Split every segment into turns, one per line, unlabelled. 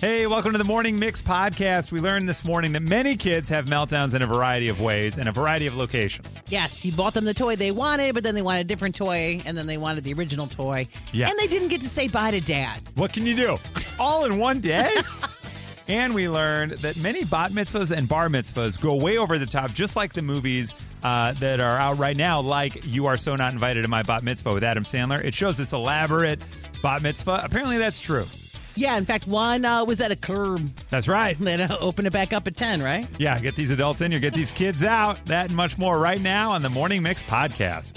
Hey, welcome to the Morning Mix podcast. We learned this morning that many kids have meltdowns in a variety of ways and a variety of locations.
Yes, you bought them the toy they wanted, but then they wanted a different toy, and then they wanted the original toy.
Yeah.
And they didn't get to say bye to dad.
What can you do? All in one day? and we learned that many bat mitzvahs and bar mitzvahs go way over the top, just like the movies uh, that are out right now, like You Are So Not Invited to My Bat Mitzvah with Adam Sandler. It shows this elaborate bat mitzvah. Apparently, that's true.
Yeah, in fact, one uh, was at a curb.
That's right.
Then uh, opened it back up at 10, right?
Yeah, get these adults in here, get these kids out. That and much more right now on the Morning Mix podcast.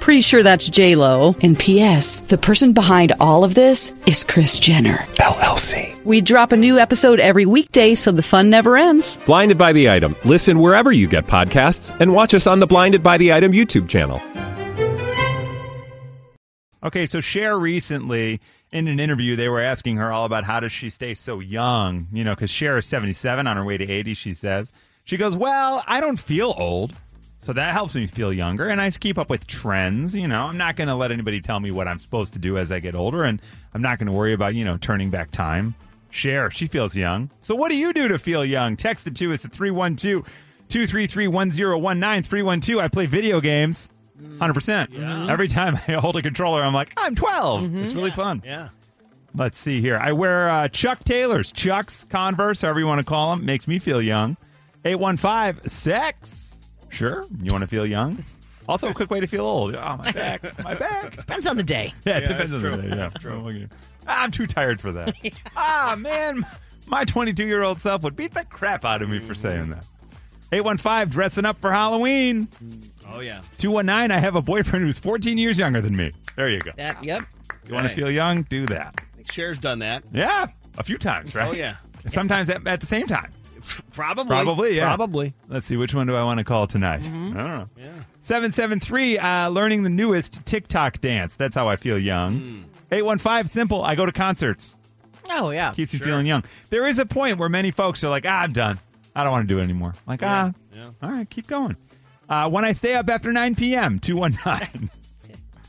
Pretty sure that's J Lo.
And P.S. The person behind all of this is Chris Jenner.
LLC.
We drop a new episode every weekday, so the fun never ends.
Blinded by the item. Listen wherever you get podcasts, and watch us on the Blinded by the Item YouTube channel.
Okay, so Cher recently in an interview they were asking her all about how does she stay so young, you know, because Cher is 77 on her way to 80. She says she goes, "Well, I don't feel old, so that helps me feel younger, and I keep up with trends. You know, I'm not going to let anybody tell me what I'm supposed to do as I get older, and I'm not going to worry about you know turning back time." Cher, she feels young. So what do you do to feel young? Text it to us at 312 233 1019 312. I play video games.
Mm.
100%. Every time I hold a controller, I'm like, I'm 12. It's really fun.
Mm-hmm. Yeah.
Let's see here. I wear uh, Chuck Taylor's, Chuck's Converse, however you want to call them. Makes me feel young. 815 sex. Sure. You want to feel young? Also, a quick way to feel old. Oh, my back. My back.
Depends on the day.
Yeah, it depends on the day. Yeah. Oh, I'm too tired for that. Ah, man, my 22 year old self would beat the crap out of me for
Mm-hmm.
saying that. 815 dressing up for Halloween.
Oh yeah.
219, I have a boyfriend who's 14 years younger than me. There you go.
That, yep.
You want to feel young? Do that.
Cher's done that.
Yeah, a few times, right?
Oh yeah.
Sometimes at, at the same time.
Probably.
Probably, yeah.
Probably. Mm-hmm.
Let's see, which one do I want to call tonight? I don't know. 773, uh, learning the newest TikTok dance. That's how I feel young.
Hmm.
815, simple, I go to concerts.
Oh, yeah.
Keeps me feeling young. There is a point where many folks are like, ah, I'm done. I don't want to do it anymore. Like, ah, all right, keep going. Uh, when I stay up after 9 p.m., 219.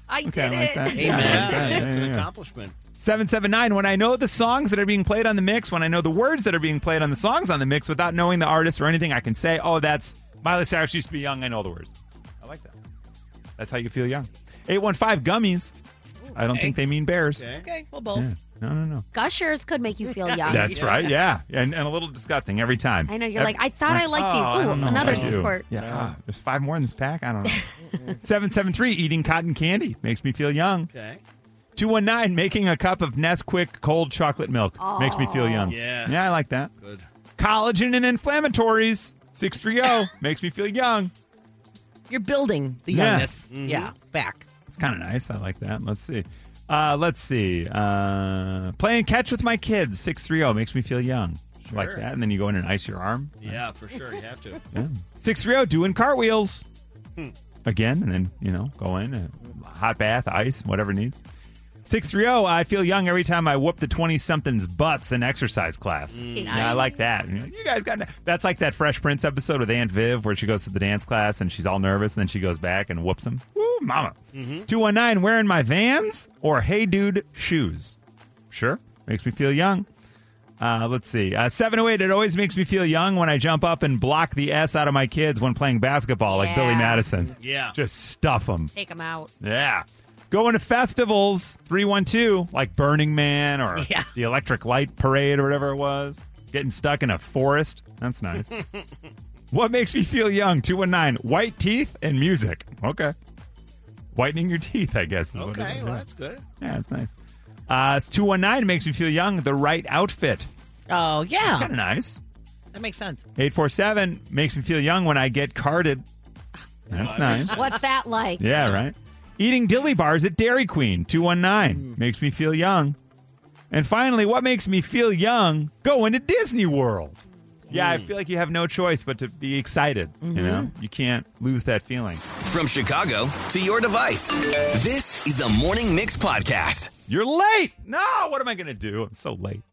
I did
Kinda like that. Yeah,
Yeah.
like that. Yeah,
That's
yeah,
an
yeah.
accomplishment.
779 when i know the songs that are being played on the mix when i know the words that are being played on the songs on the mix without knowing the artist or anything i can say oh that's miley cyrus used to be young i know the words i like that that's how you feel young 815 gummies i don't think they mean bears
Okay, well, both.
Yeah. no no no
Gushers could make you feel young.
Ah,
that's right yeah and, and a little disgusting every time
I know. You're like, I thought I liked
oh, I
these. Ooh,
don't know
another
what I do.
squirt.
yeah ah, there's five more in this pack i don't know 773 eating cotton candy makes me feel young
Okay.
219 making a cup of Nesquik cold chocolate milk makes me feel young.
Yeah.
Yeah, I like that.
Good.
Collagen and inflammatories 630 makes me feel young.
You're building the
Yeah.
youngness. Yeah, back.
It's kind of nice. I like that. Let's see. Uh, let's see. Uh, playing catch with my kids 630 makes me feel young. I Like
Sure.
that. And then you go in and ice your arm.
Yeah, for sure. You have to.
630 doing cartwheels Hmm. again and then you know go in uh, hot bath ice whatever it needs 630 i feel young every time i whoop the 20 somethings butts in exercise class yeah, i like that And you're like, you guys got that's like that fresh prince episode with aunt viv where she goes to the dance class and she's all nervous and then she goes back and whoops him Woo, mama 219 wearing my vans or hey dude shoes sure makes me feel young uh, let's see. Uh, 708, it always makes me feel young when I jump up and block the S out of my kids when playing basketball, like
Yeah.
Billy Madison.
Yeah.
Just stuff them.
Take them out.
Yeah. Going to festivals, 312, like Burning Man or
Yeah.
the Electric Light Parade or whatever it was. Getting stuck in a forest. That's nice. what makes me feel young? 219, white teeth and music. Okay. Whitening your teeth, I guess. is what it
Okay.
is.
Well, that's good.
Yeah, that's nice. Uh, it's 219 makes me feel young. The right outfit.
Oh, yeah.
Kind of nice.
That makes sense.
847 makes me feel young when I get carded.
Ah,
That's nice.
What's that like?
Yeah, right. Eating dilly bars at Dairy Queen, 219, makes me feel young. And finally, what makes me feel young? Going to Disney World. Yeah, I feel like you have no choice but to be excited. You know, you can't lose that feeling.
From Chicago to your device, this is the Morning Mix Podcast.
You're late. No, what am I going to do? I'm so late.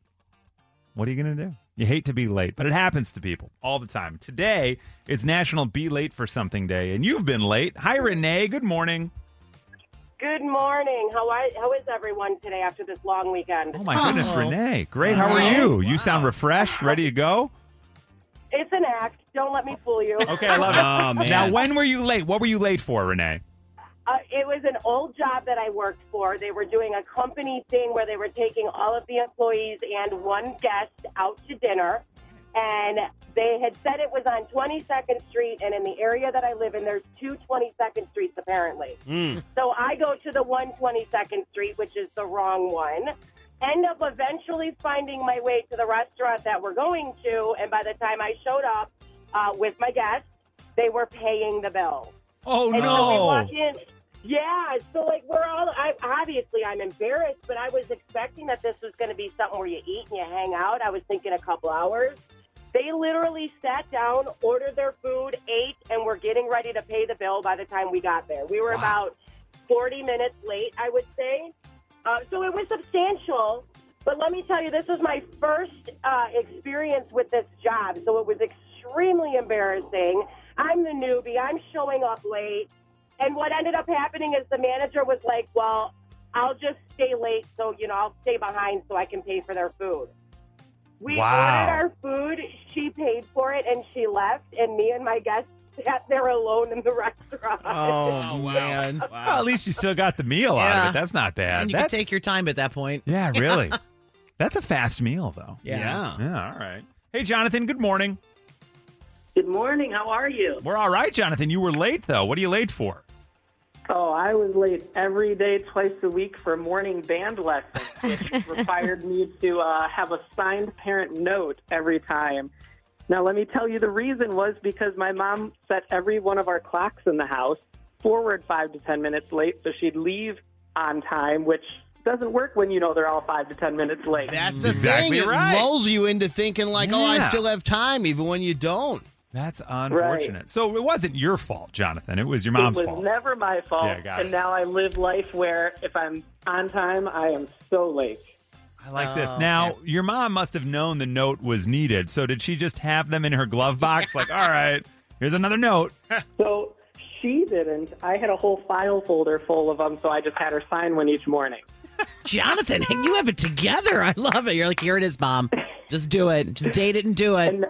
What are you going to do? You hate to be late, but it happens to people all the time. Today is National Be Late for Something Day, and you've been late. Hi, Renee. Good morning.
Good morning. How I, how is everyone today after this long weekend?
Oh, my goodness, Renee. Great. How are you? You sound refreshed, ready to go.
It's an act. Don't let me fool you.
Okay, I love it.
Oh, man.
Now, when were you late? What were you late for, Renee?
Uh, it was an old job that I worked for. They were doing a company thing where they were taking all of the employees and one guest out to dinner. And they had said it was on 22nd Street. And in the area that I live in, there's two 22nd Streets apparently.
Hmm.
hmm.
So I go to the one 22nd Street, which is the wrong one. End up eventually finding my way to the restaurant that we're going to. And by the time I showed up uh, with my guests, they were paying the bill.
Oh,
And so we walk in. Yeah, so like we're all. I, obviously, I'm embarrassed, but I was expecting that this was going to be something where you eat and you hang out. I was thinking a couple hours. They literally sat down, ordered their food, ate, and were getting ready to pay the bill by the time we got there. We were about 40 minutes late, I would say. Uh, so it was substantial. But let me tell you, this was my first uh, experience with this job. So it was extremely embarrassing. I'm the newbie, I'm showing up late. And what ended up happening is the manager was like, well, I'll just stay late. So, you know, I'll stay behind so I can pay for their food. We
Wow.
ordered our food. She paid for it and she left. And me and my guests sat there alone in the restaurant.
Oh, wow. man.
Well, at least you still got the meal out
Yeah.
of it. That's not bad.
and you
That's,
can take your time at that point.
Yeah, really. That's a fast meal, though.
Yeah.
Yeah, all right. Hey, Jonathan, good morning.
Good morning. How are you?
We're all right, Jonathan. You were late, though. What are you late for?
Oh, I was late every day, twice a week for morning band lessons, which required me to uh, have a signed parent note every time. Now, let me tell you, the reason was because my mom set every one of our clocks in the house forward five to 10 minutes late, so she'd leave on time, which doesn't work when you know they're all five to 10 minutes late.
That's the
Exactly
thing.
right.
It lulls you into thinking like, oh,
Yeah.
I still have time, even when you don't.
That's unfortunate. So it wasn't your fault, Jonathan. It was your mom's
it was
fault.
never my fault.
Yeah, got
and
it.
now I live life where if I'm on time, I am so late.
I like this.
Oh,
Now, your mom must have known the note was needed. So did she just have them in her glove box? like, all right, here's another note.
So she didn't. I had a whole file folder full of them, so I just had her sign one each morning.
Jonathan, you have it together. I love it. You're like, here it is, mom. Just do it. Just date it and do it.
And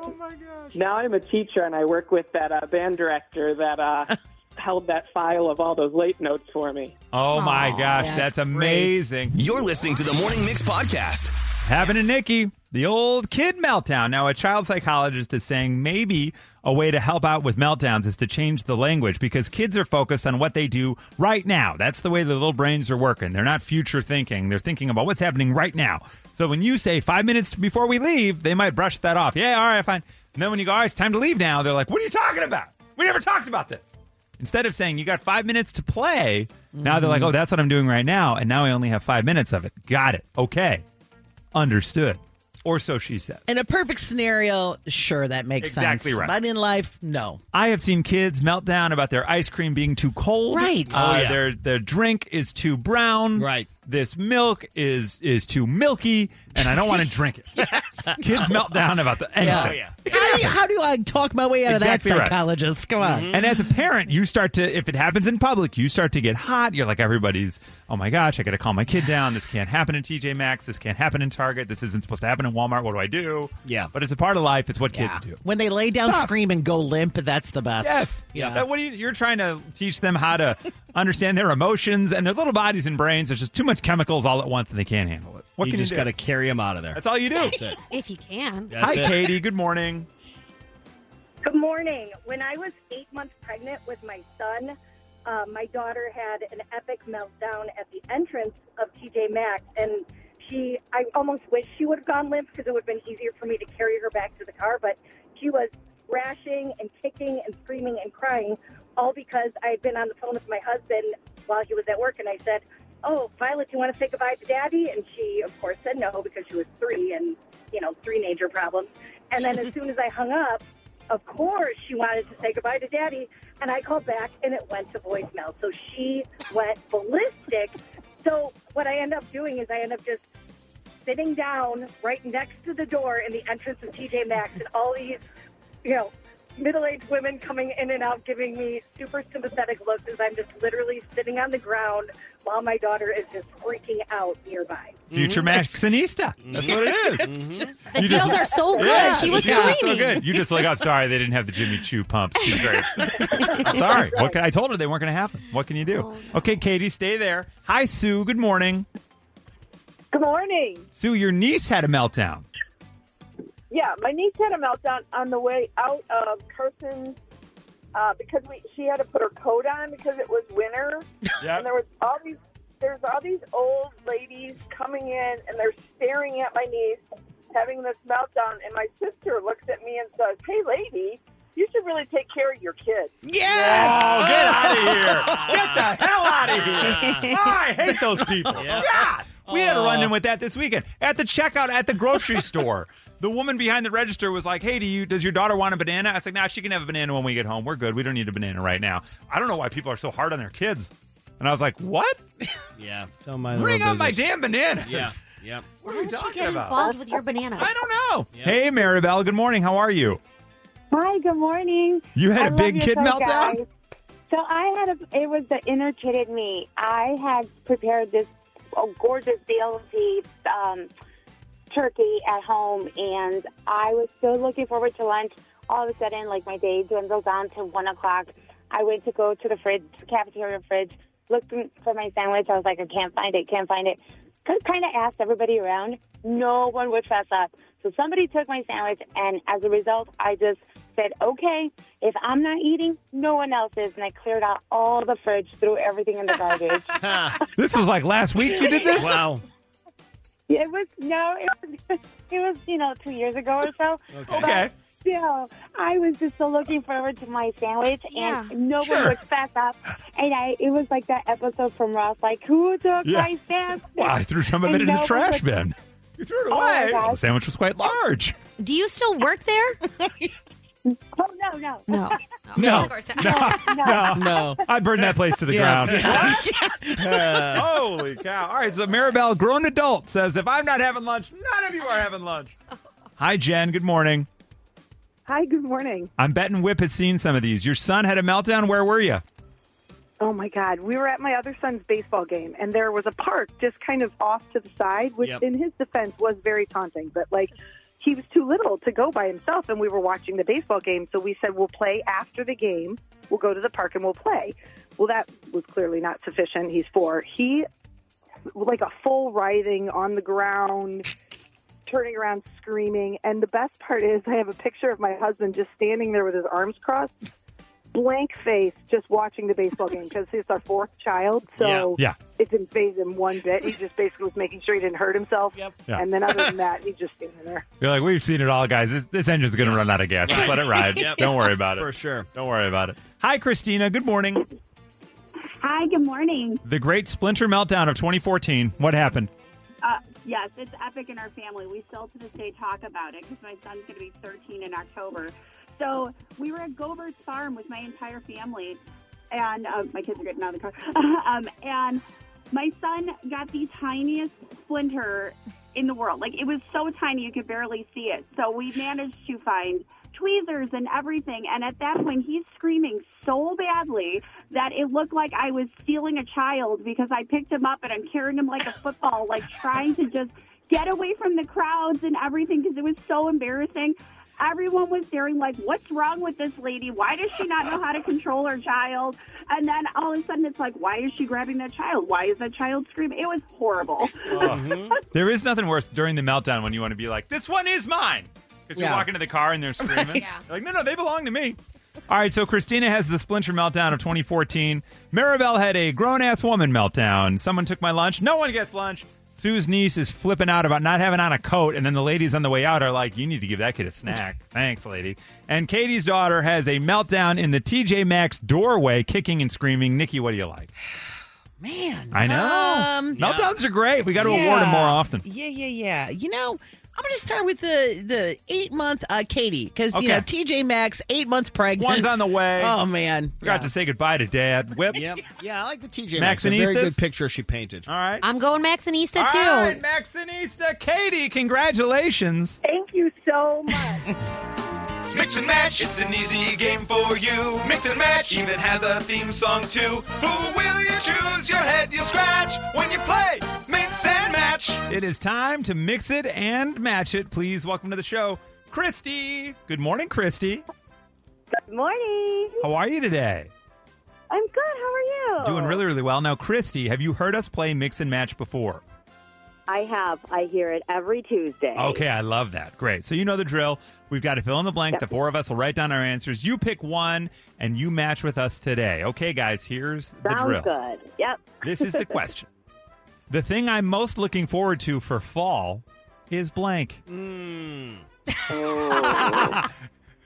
now I'm a teacher, and I work with that uh, band director that uh, held that file of all those late notes for me.
Oh, my
Aw,
gosh.
that's
That's
great.
amazing.
You're listening to the Morning Mix Podcast.
Happened to Nikki, the old kid meltdown. Now, a child psychologist is saying maybe a way to help out with meltdowns is to change the language because kids are focused on what they do right now. That's the way their little brains are working. They're not future thinking, they're thinking about what's happening right now. So when you say five minutes before we leave, they might brush that off. Yeah, all right, fine. And then when you go, all right, it's time to leave now, they're like, what are you talking about? We never talked about this. Instead of saying you got five minutes to play, now they're like, oh, that's what I'm doing right now. And now I only have five minutes of it. Got it. Okay understood. Or so she said.
In a perfect scenario, sure, that makes
Exactly
sense.
right.
But in life, no.
I have seen kids melt down about their ice cream being too cold.
Right.
Uh,
Oh, yeah.
Their their drink is too brown.
Right.
This milk is is too milky, and I don't want to drink it. Kids melt down about the anything.
Oh,
How, do you, how do I talk my way out
Oh, Exactly
of
right.
that, psychologist? Come on.
And as a parent, you start to, if it happens in public, you start to get hot. You're like, everybody's, oh my gosh, I got to calm my kid down. This can't happen in TJ Maxx. This can't happen in Target. This isn't supposed to happen in Walmart. What do I do?
Yeah.
But it's a part of life. It's what kids do.
When they lay down,
Stop.
scream, and go limp, that's the best.
Yes.
Yeah.
That- what are you, you're trying to teach them how to understand their emotions and their little bodies and brains. There's just too much chemicals all at once, and they can't handle it. What
you
can
just
you do?
got to carry him out of there.
That's all you do.
That's it.
If you can.
Hi,
That's it.
Katie. Good morning.
Good morning. When I was eight months pregnant with my son,
uh, my daughter had an epic meltdown at the entrance of TJ Maxx, and she, I almost wish she would have gone limp because it would have been easier for me to carry her back to the car, but she was thrashing and kicking and screaming and crying, all because I had been on the phone with my husband while he was at work, and I said, "Oh, Violet, do you want to say goodbye to Daddy?" And she, of course, said no because she was three and you know teenager problems. And then as soon as I hung up, of course she wanted to say goodbye to Daddy, and I called back, and it went to voicemail. So she went ballistic. So what I end up doing is I end up just sitting down right next to the door in the entrance of TJ Maxx, and all these, you know, middle-aged women coming in and out, giving me super sympathetic looks as I'm just literally sitting on the ground while my daughter is just freaking out nearby.
Mm-hmm.
Future Maxinista. That's what it is. Mm-hmm.
The
You
deals
just-
are so Oh, good.
Yeah,
she was
the deals are
screaming.
So good. You just like, I'm sorry they didn't have the Jimmy Choo pumps. She's great. I'm sorry. What can, I told her they weren't going to have them. What can you
Oh,
do? Okay, Katie, stay there. Hi, Sue. Good morning.
Good morning.
Sue, your niece had a meltdown.
Yeah, my niece had a meltdown on the way out of Carson's uh, because we she had to put her coat on because it was winter, and there was all these there's all these old ladies coming in and they're staring at my niece having this meltdown, and my sister looks at me and says, "Hey, lady." You should really take care of your kids.
Yes! Oh, get out of here. Get the hell out of here. I hate those people. God. We had a run in with that this weekend at the checkout at the grocery store. The woman behind the register was like, "Hey, do you does your daughter want a banana?" I was like, "Nah, she can have a banana when we get home. We're good. We don't need a banana right now." I don't know why people are so hard on their kids. And I was like, "What?
Yeah. Don't mind
Bring on my damn banana."
Yeah. Yep.
What are you
She
talking
get
about?
involved with your banana.
I don't know. Oh, Hey, Maribel. Good morning. How are you?
Hi, good morning.
You had
a
a big kid meltdown?
So I had a, it was the inner kid in me. I had prepared this oh, gorgeous BLT um, turkey at home, and I was so looking forward to lunch. All of a sudden, like my day dwindled down to one o'clock. I went to go to the fridge, cafeteria fridge, looked for my sandwich. I was like, I can't find it, can't find it. Kind of asked everybody around. No one would fess up. So somebody took my sandwich, and as a result, I just said, okay, if I'm not eating, no one else is. And I cleared out all the fridge, threw everything in the garbage.
This was like last week. You did this?
Wow.
It was no, it was it was you know two years ago or so.
Okay. Okay.
Still, I was just so looking forward to my sandwich,
Yeah.
and no
Sure.
one would fess up. And I, it was like that episode from Ross, like who took
Yeah.
my sandwich?
Well, I threw some of
And
it in
no
the
one
trash
would-
bin. You threw it
Oh, my
away.
gosh.
the sandwich was quite large.
Do you still work there?
Oh no, no,
no.
No.
Oh, Of course not.
No. No.
No.
I burned that place to the
Yeah.
ground. Holy cow. All right, so Maribel, grown adult, says if I'm not having lunch, none of you are having lunch. Hi, Jen. Good morning.
Hi, good morning.
I'm betting Whip has seen some of these. Your son had a meltdown. Where were you?
Oh my God, we were at my other son's baseball game, and there was a park just kind of off to the side, which
Yep.
in his defense was very taunting, but like he was too little to go by himself, and we were watching the baseball game, so we said, We'll play after the game, we'll go to the park and we'll play. Well, that was clearly not sufficient. He's four. He, like a full writhing on the ground, turning around screaming. And the best part is, I have a picture of my husband just standing there with his arms crossed, blank face, just watching the baseball game because he's our fourth child. So
Yeah.
it didn't phase him one bit. He just basically was making sure he didn't hurt himself.
Yeah.
And then other than that, he's just standing there.
You're like, we've seen it all, guys. This, this engine's going to run out of gas. Just
Right.
let it ride.
Yep.
Don't worry about it.
For sure.
Don't worry about it. Hi, Christina. Good morning.
Hi, good morning.
The great splinter meltdown of 2014. What happened?
Uh, yes, it's epic in our family. We still to this day talk about it because my son's going to be 13 in October. So we were at Gobert's Farm with my entire family, and uh, my kids are getting out of the car. um, and my son got the tiniest splinter in the world. Like it was so tiny you could barely see it. So we managed to find tweezers and everything. And at that point, he's screaming so badly that it looked like I was stealing a child because I picked him up and I'm carrying him like a football, like trying to just get away from the crowds and everything because it was so embarrassing. Everyone was staring like, what's wrong with this lady? Why does she not know how to control her child? And then all of a sudden it's like, why is she grabbing that child? Why is that child screaming? It was horrible.
There is nothing worse during the meltdown when you want to be like, this one is mine. Because
Yeah.
you're walking to the car and they're screaming. You're Like, no, no, they belong to me. All right, so Christina has the splinter meltdown of 2014. Maribel had a grown ass woman meltdown. Someone took my lunch. No one gets lunch. Sue's niece is flipping out about not having on a coat, and then the ladies on the way out are like, "You need to give that kid a snack." Thanks, lady. And Katie's daughter has a meltdown in the TJ Maxx doorway, kicking and screaming. Nikki, what do you like?
Man.
I know
Um,
meltdowns are great. We got to award them more
Yeah.
often.
Yeah, yeah, yeah. You know, I'm going to start with the the eight month uh, Katie because
Okay.
you know TJ Maxx eight months pregnant.
One's on the way.
Oh man,
Forgot to say goodbye to Dad. Whip.
Yep. Yeah, I like the TJ
Max
Maxx. A very
Anistas?
good picture she painted.
All right.
I'm going Maxinista too.
All right, Maxinista, Katie, congratulations.
Thank you so much.
Mix and match, it's an easy game for you. Mix and match even has a theme song too. Who will you choose? Your head you'll scratch when you play. Mix and match.
It is time to mix it and match it. Please welcome to the show, Christy. Good morning, Christy.
Good morning.
How are you today?
I'm good. How are you?
Doing really, really well. Now, Christy, have you heard us play mix and match before?
I have. I hear it every Tuesday.
Okay, I love that. Great. So you know the drill. We've got to fill in the blank. The four of us will write down our answers. You pick one and you match with us today. Okay, guys, here's the
Sounds
drill.
good. Yep.
This is the question. the thing I'm most looking forward to for fall is blank.
Hmm.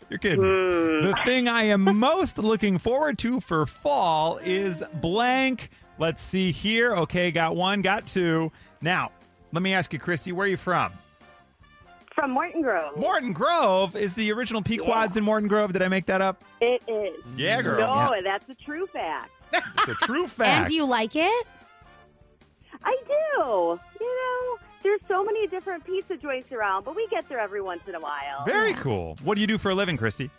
You're kidding. me. The thing I am most looking forward to for fall is blank. Let's see here. Okay, got one, got two. Now, let me ask you, Christy, where are you from?
From Morton Grove.
Morton Grove is the original Pequods in Morton Grove. Did I make that up?
It is.
Yeah, girl.
No,
Yeah.
that's a true fact.
It's a true fact.
like it?
I do. You know, there's so many different pizza joints around, but we get there every once in a while.
Very cool. What do you do for a living, Christy?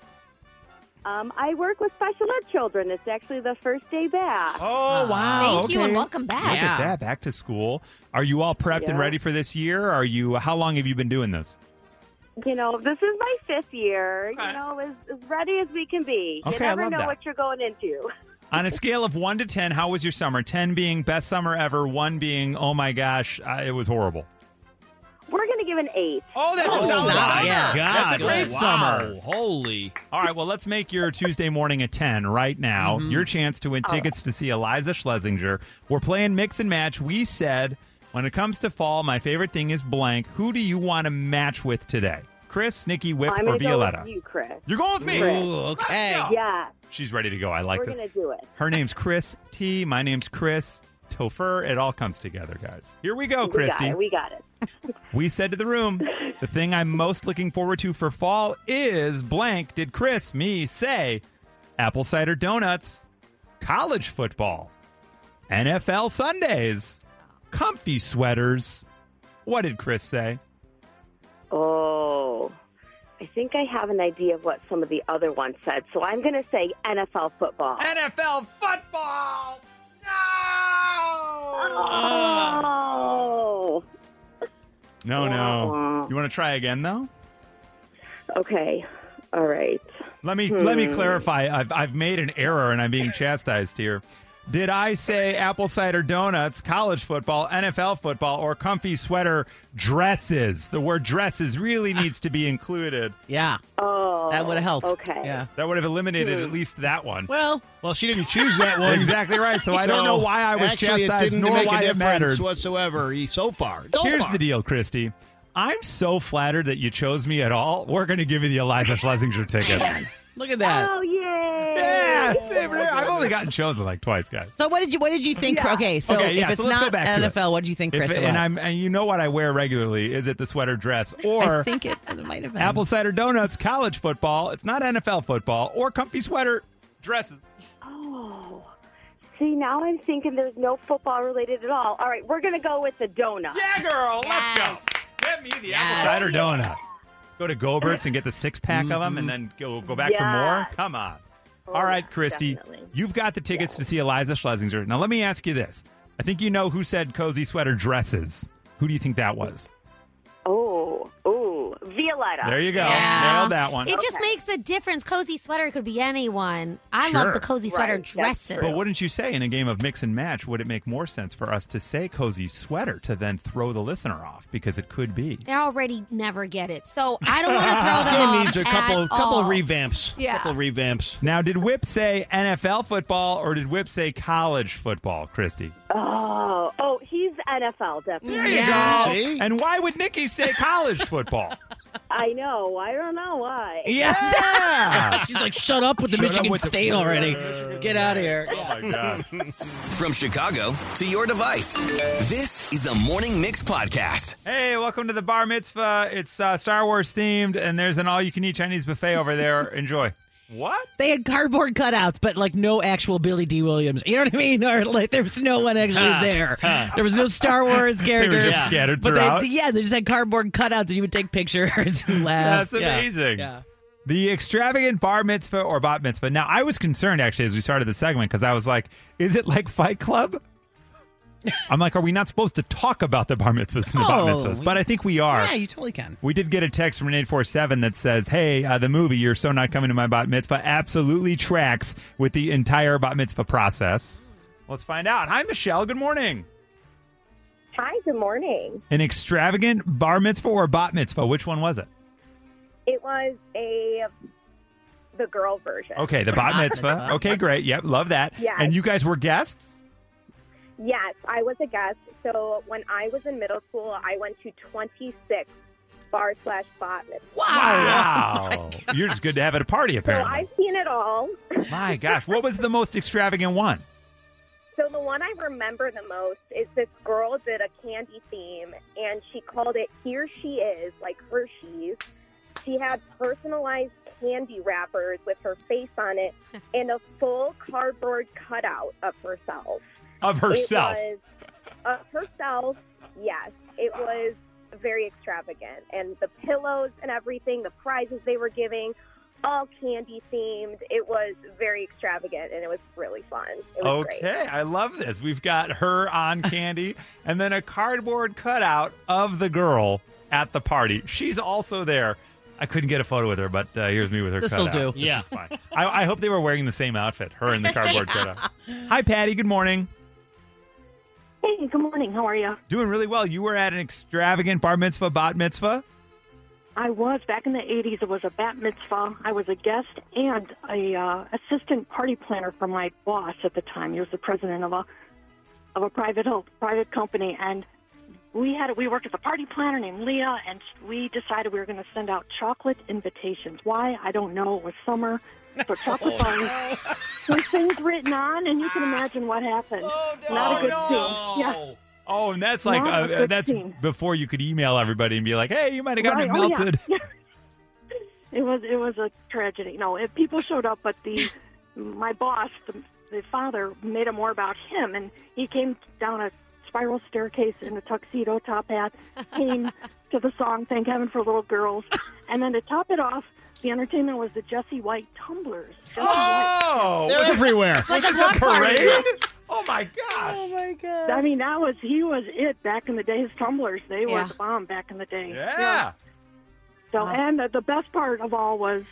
Um, I work with special ed children. It's actually the first day back.
Oh, wow. okay. Look
Yeah.
at that. Back to school. Are you all prepped and
Yeah.
ready for this year? Are you? How long have you been doing this?
You know, this is my fifth year. You know, as, as ready as we can be.
Okay, I
you never
love
know
that.
what you're going into.
On a scale of one to 10, how was your summer? 10 being best summer ever, one being, oh my gosh, I, it was horrible.
We're going to give an eight.
Oh, that's
Oh,
solid
wow.
summer.
Yeah.
That's a
God.
great
Wow.
summer.
Holy.
All right, well, let's make your Tuesday morning a 10 right now.
Mm-hmm.
Your chance to win
All
tickets to see Eliza Schlesinger. We're playing mix and match. We said, when it comes to fall, my favorite thing is blank. Who do you want to match with today? Chris, Nikki, Whip,
I'm
or
gonna go
Violetta?
with you, Chris.
You're going with me?
Chris.
Ooh, okay. Let's go.
Yeah.
She's ready to go. I like
We're
this.
gonna do it.
Her name's Chris T. My name's Chris Topher. It all comes together, guys. Here we go, Christy.
We got it. We got it.
We said to the room, the thing I'm most looking forward to for fall is blank. Did Chris, me, say apple cider donuts, college football, NFL Sundays, comfy sweaters? What did Chris say?
Oh, I think I have an idea of what some of the other ones said. So I'm going to say NFL football.
NFL football! No!
Oh.
No, no. You want to try again, though?
Okay. All right.
Let me let me
Hmm.
clarify. I've I've made an error and I'm being chastised here. Did I say apple cider donuts, college football, NFL football, or comfy sweater dresses? The word dresses really needs to be included.
Yeah.
Oh.
That would've helped.
Okay.
Yeah.
That would have eliminated
Hmm.
at least that one.
Well,
Well, she didn't choose that one.
Exactly right. So I don't know why I was
actually, it
chastised,
didn't
nor
make
why
a
it
difference
mattered.
whatsoever. e- So far, so
Here's
far.
the deal, Christy. I'm so flattered that you chose me at all. We're going to give you the Eliza Schlesinger tickets.
Look at that.
Oh, yay.
yeah, I've only gotten chosen like twice, guys.
So what did you what did you think? Okay, so
Okay, yeah,
if it's
so let's go
not
back to it.
NFL, what did you think,
If-
Chris?
and I'm and you know what I wear regularly is it the sweater dress or
I think it, it might have been
apple cider donuts, college football. It's not NFL football or comfy sweater dresses.
uh,
Oh. See, now I'm thinking there's no football related at all. All right, we're going to go with the donut.
Yeah, girl. Let's go. Get me the
Ah,
Apple cider donut. Go to Gobert's and get the six pack of
Mm-hmm.
them, and then go go back for more.
Yes.
Come on. All right, Christy, you've got the tickets to see Eliza Schlesinger. Now let me ask you this: I think you know who said cozy sweater dresses. Who do you think that was?
Oh. Oh. Violetta.
There you go. Nailed that one.
It just makes a difference. Cozy sweater could be anyone. I love the
Sure.
cozy sweater dresses.
But wouldn't you say in a game of mix and match, would it make more sense for us to say cozy sweater to then throw the listener off? Because it could be.
they already never get it, so I don't want to throw them
Still
off
needs a couple,
at
couple
all.
of revamps.
Yeah.
Couple of revamps.
Now, did Whip say NFL football or did Whip say college football, Christy?
Oh, oh, he's NFL definitely.
There you go. And why would Nikki say college football?
I know. I don't know why.
Yeah.
She's like, shut up with the
Shut up
Michigan
with the-
State already. Get out of here.
Oh my God.
From Chicago to your device, this is the Morning Mix Podcast.
Hey, welcome to the Bar Mitzvah. It's uh, Star Wars themed, and there's an all you can eat Chinese buffet over there. Enjoy. What?
They had cardboard cutouts, but like no actual Billy D. Williams. You know what I mean? Or like there was no one
Ha,
actually there.
ha.
There was no Star Wars
They were
characters.
just Yeah. scattered
but they-
throughout.
yeah, they just had cardboard cutouts, and you would take pictures and laugh.
That's
Yeah.
amazing. The extravagant bar mitzvah or bat mitzvah. Now, I was concerned actually as we started the segment because I was like, is it like Fight Club? I'm like, are we not supposed to talk about the bar mitzvahs and the bat
Oh,
mitzvahs? But I think we are.
Yeah, you totally can.
We did get a text from an 847 that says, Hey, uh, the movie, You're So Not Coming to My Bat Mitzvah, absolutely tracks with the entire Bat Mitzvah process. Let's find out. Hi, Michelle. Good morning.
Hi, good morning.
An extravagant bar mitzvah or bat mitzvah? Which one was it?
It was a the girl version.
Okay, the bat mitzvah. Okay, great. Yep, love that.
Yes.
And you guys were guests?
Yes, I was a guest. So when I was in middle school, I went to 26 bar slash bot mitzvahs.
Oh
Wow. You're just good to have at a party,
So
apparently.
I've seen it all.
My gosh. What was the most extravagant one?
So the one I remember the most is this girl did a candy theme, and she called it "Here She Is," like Hershey's. She had personalized candy wrappers with her face on it, and a full cardboard cutout of herself.
Of herself.
It was, of herself, yes. It was very extravagant, and the pillows and everything, the prizes they were giving. All candy themed. It was very extravagant and it was really fun. It was
okay,
great.
I love this. We've got her on candy and then a cardboard cutout of the girl at the party. She's also there. I couldn't get a photo with her, but uh, here's me with her
This'll
cutout.
do.
This
Yeah.
is fine. I, I hope they were wearing the same outfit, her and the cardboard cutout. Hi, Patty. Good morning.
Hey, good morning. How are you?
Doing really well. You were at an extravagant bar mitzvah, bat mitzvah.
I was back in the 80s. It was a bat mitzvah. I was a guest and a uh, assistant party planner for my boss at the time. He was the president of a of a private private company, and we had we worked with a party planner named Leah, and we decided we were going to send out chocolate invitations. Why I don't know. It was summer,
Oh,
so chocolate bars with things written on, and you can imagine what happened. Not a good
Oh, no.
scene. Yeah.
Oh, and that's like
Not a
uh,
good
that's
scene.
before you could email everybody and be like, "Hey, you might have gotten
Right, oh,
it
yeah.
melted."
It was it was a tragedy. No, it, people showed up, but the my boss, the, the father, made it more about him, and he came down a spiral staircase in a tuxedo top hat, came to the song "Thank Heaven for Little Girls," and then to top it off, the entertainment was the Jesse White tumblers. Jesse
Oh,
They're everywhere. It's
Was
like a
this a
block party.
parade? Oh my gosh!
Oh my god! I mean, that was he was it back in the day. His tumblers, they
Yeah.
were the bomb back in the day.
yeah.
So, and the, the best part of all was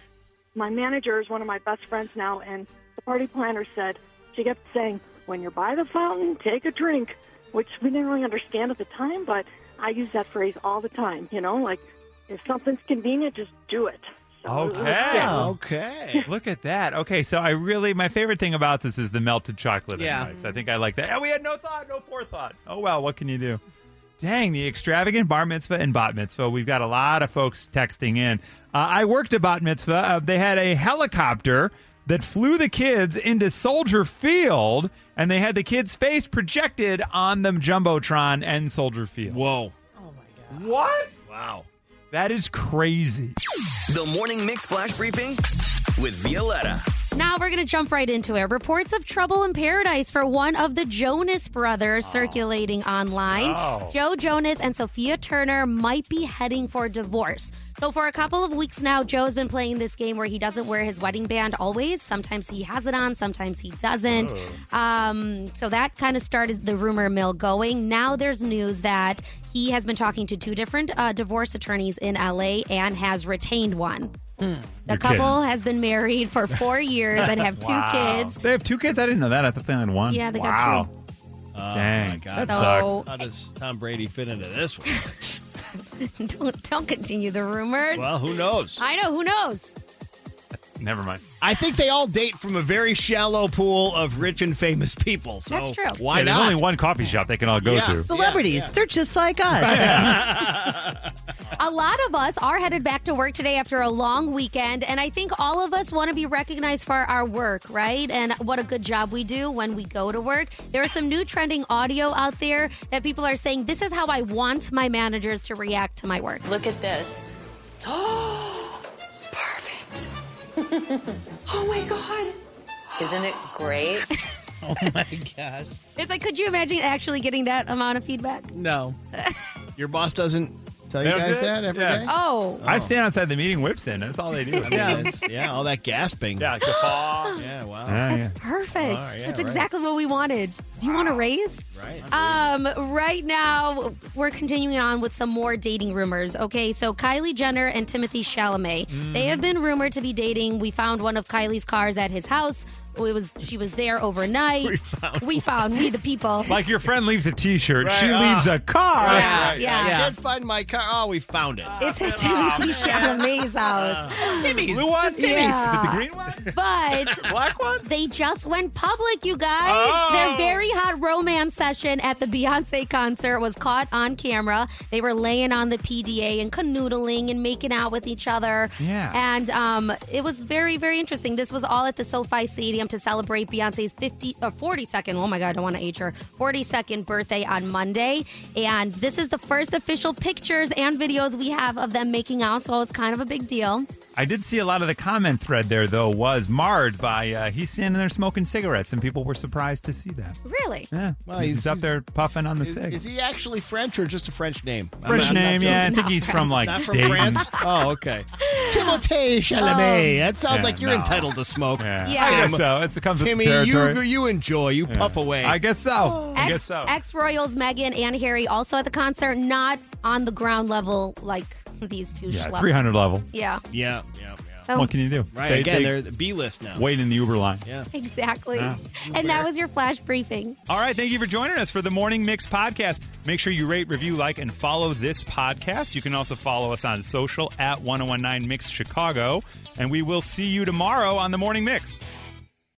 my manager is one of my best friends now, and the party planner said she kept saying, "When you're by the fountain, take a drink," which we didn't really understand at the time, but I use that phrase all the time. You know, like if something's convenient, just do it.
Okay.
Yeah.
Okay. Look at that. Okay, so I really my favorite thing about this is the melted chocolate
Yeah.
invites. I think I like that. And we had no thought, no forethought. Oh well, what can you do? Dang, the extravagant bar mitzvah and bat mitzvah. We've got a lot of folks texting in. Uh, I worked a bat mitzvah. Uh, they had a helicopter that flew the kids into Soldier Field, and they had the kids' face projected on the jumbotron and Soldier Field. Whoa! What?
Wow.
That is crazy.
The Morning Mix Flash Briefing with Violetta.
Now we're going to jump right into it. Reports of trouble in paradise for one of the Jonas brothers circulating online.
No.
Joe Jonas and Sophia Turner might be heading for divorce. So, for a couple of weeks now, Joe has been playing this game where he doesn't wear his wedding band always. Sometimes he has it on, sometimes he doesn't. Um, so, that kind of started the rumor mill going. Now, there's news that he has been talking to two different uh, divorce attorneys in LA and has retained one. The
You're
couple
kidding.
has been married for four years and have two
Wow.
kids.
They have two kids? I didn't know that. I thought they only had one.
Yeah, they got
wow.
two.
got Dang.
Oh, my God.
That sucks.
So-
How does Tom Brady fit into this one?
don't don't continue the rumors.
well, who knows?
I know who knows.
Never mind.
I think they all date from a very shallow pool of rich and famous people. So
That's
true.
Why
yeah,
not?
There's only one coffee shop they can all go to.
Celebrities, they're just like us.
A lot of us are headed back to work today after a long weekend, and I think all of us want to be recognized for our work, right? And what a good job we do when we go to work. There are some new trending audio out there that people are saying, This is how I want my managers to react to my work.
Look at this. Perfect. oh my God. Isn't it great?
oh my gosh.
It's like, could you imagine actually getting that amount of feedback?
No. Your boss doesn't tell
They
you
don't
guys
do it?
that every day.
Yeah.
Oh.
I stand outside the meeting whips in. That's all they do. I mean,
Yeah,
it's-
yeah, all that gasping. Yeah,
guffaw.
yeah, wow.
That's
Perfect.
Oh, yeah,
That's
right.
exactly what we wanted. Do you want a raise?
Right.
Um, right now, we're continuing on with some more dating rumors. Okay, so Kylie Jenner and Timothy Chalamet, they have been rumored to be dating. We found one of Kylie's cars at his house. It was she was there overnight. we found. We found. We the people.
like your friend leaves a t shirt, she
Right,
leaves
ah.
a car.
Yeah, yeah.
I can't find my car. Oh, we found it.
It's at Timothy Chalamet's house.
Timmy's.
Blue one? Timmy's.
Yeah.
Is it the green one?
But
black one?
They just went public, you guys.
Oh.
Their very hot romance session at the Beyonce concert was caught on camera. They were laying on the PDA and canoodling and making out with each other.
Yeah.
And um, it was very, very interesting. This was all at the SoFi Stadium to celebrate Beyonce's 50 or 42nd. Oh my God, I don't want to age her. 42nd birthday on Monday. And this is the first official pictures and videos we have of them making out. So it's kind of a big deal.
I did see a lot of the comment thread there, though, was marred by uh, he's standing there smoking cigarettes, and people were surprised to see that.
Really?
Yeah.
Well,
he's,
he's-
up there puffing on the
Is,
cig.
is he actually French or just a French name?
French
I'm not- I'm
name,
not-
yeah. I think he's from like
Not from
Dayton.
France? Oh, okay. Timothée Chalamet. that sounds
Yeah,
like you're
no.
entitled to smoke.
Oh. Yeah.
I guess so. It's, it comes
Timmy,
with the territory.
you you enjoy. You puff away.
I guess so. I guess
Ex,
so.
ex Royals Meghan and Harry also at the concert, not on the ground level like these two.
yeah,
schleps.
300 level.
Yeah.
Yeah, yeah, yeah.
So-
What can you do?
Right,
They-
again,
they
they, are the B list now.
Wait in the Uber line.
Yeah.
Exactly.
Yeah.
And that was your flash briefing.
All right, thank you for joining us for the Morning Mix podcast. Make sure you rate, review, like, and follow this podcast. You can also follow oh us on social at 1019 Mix Chicago. And we will see you tomorrow on the Morning Mix.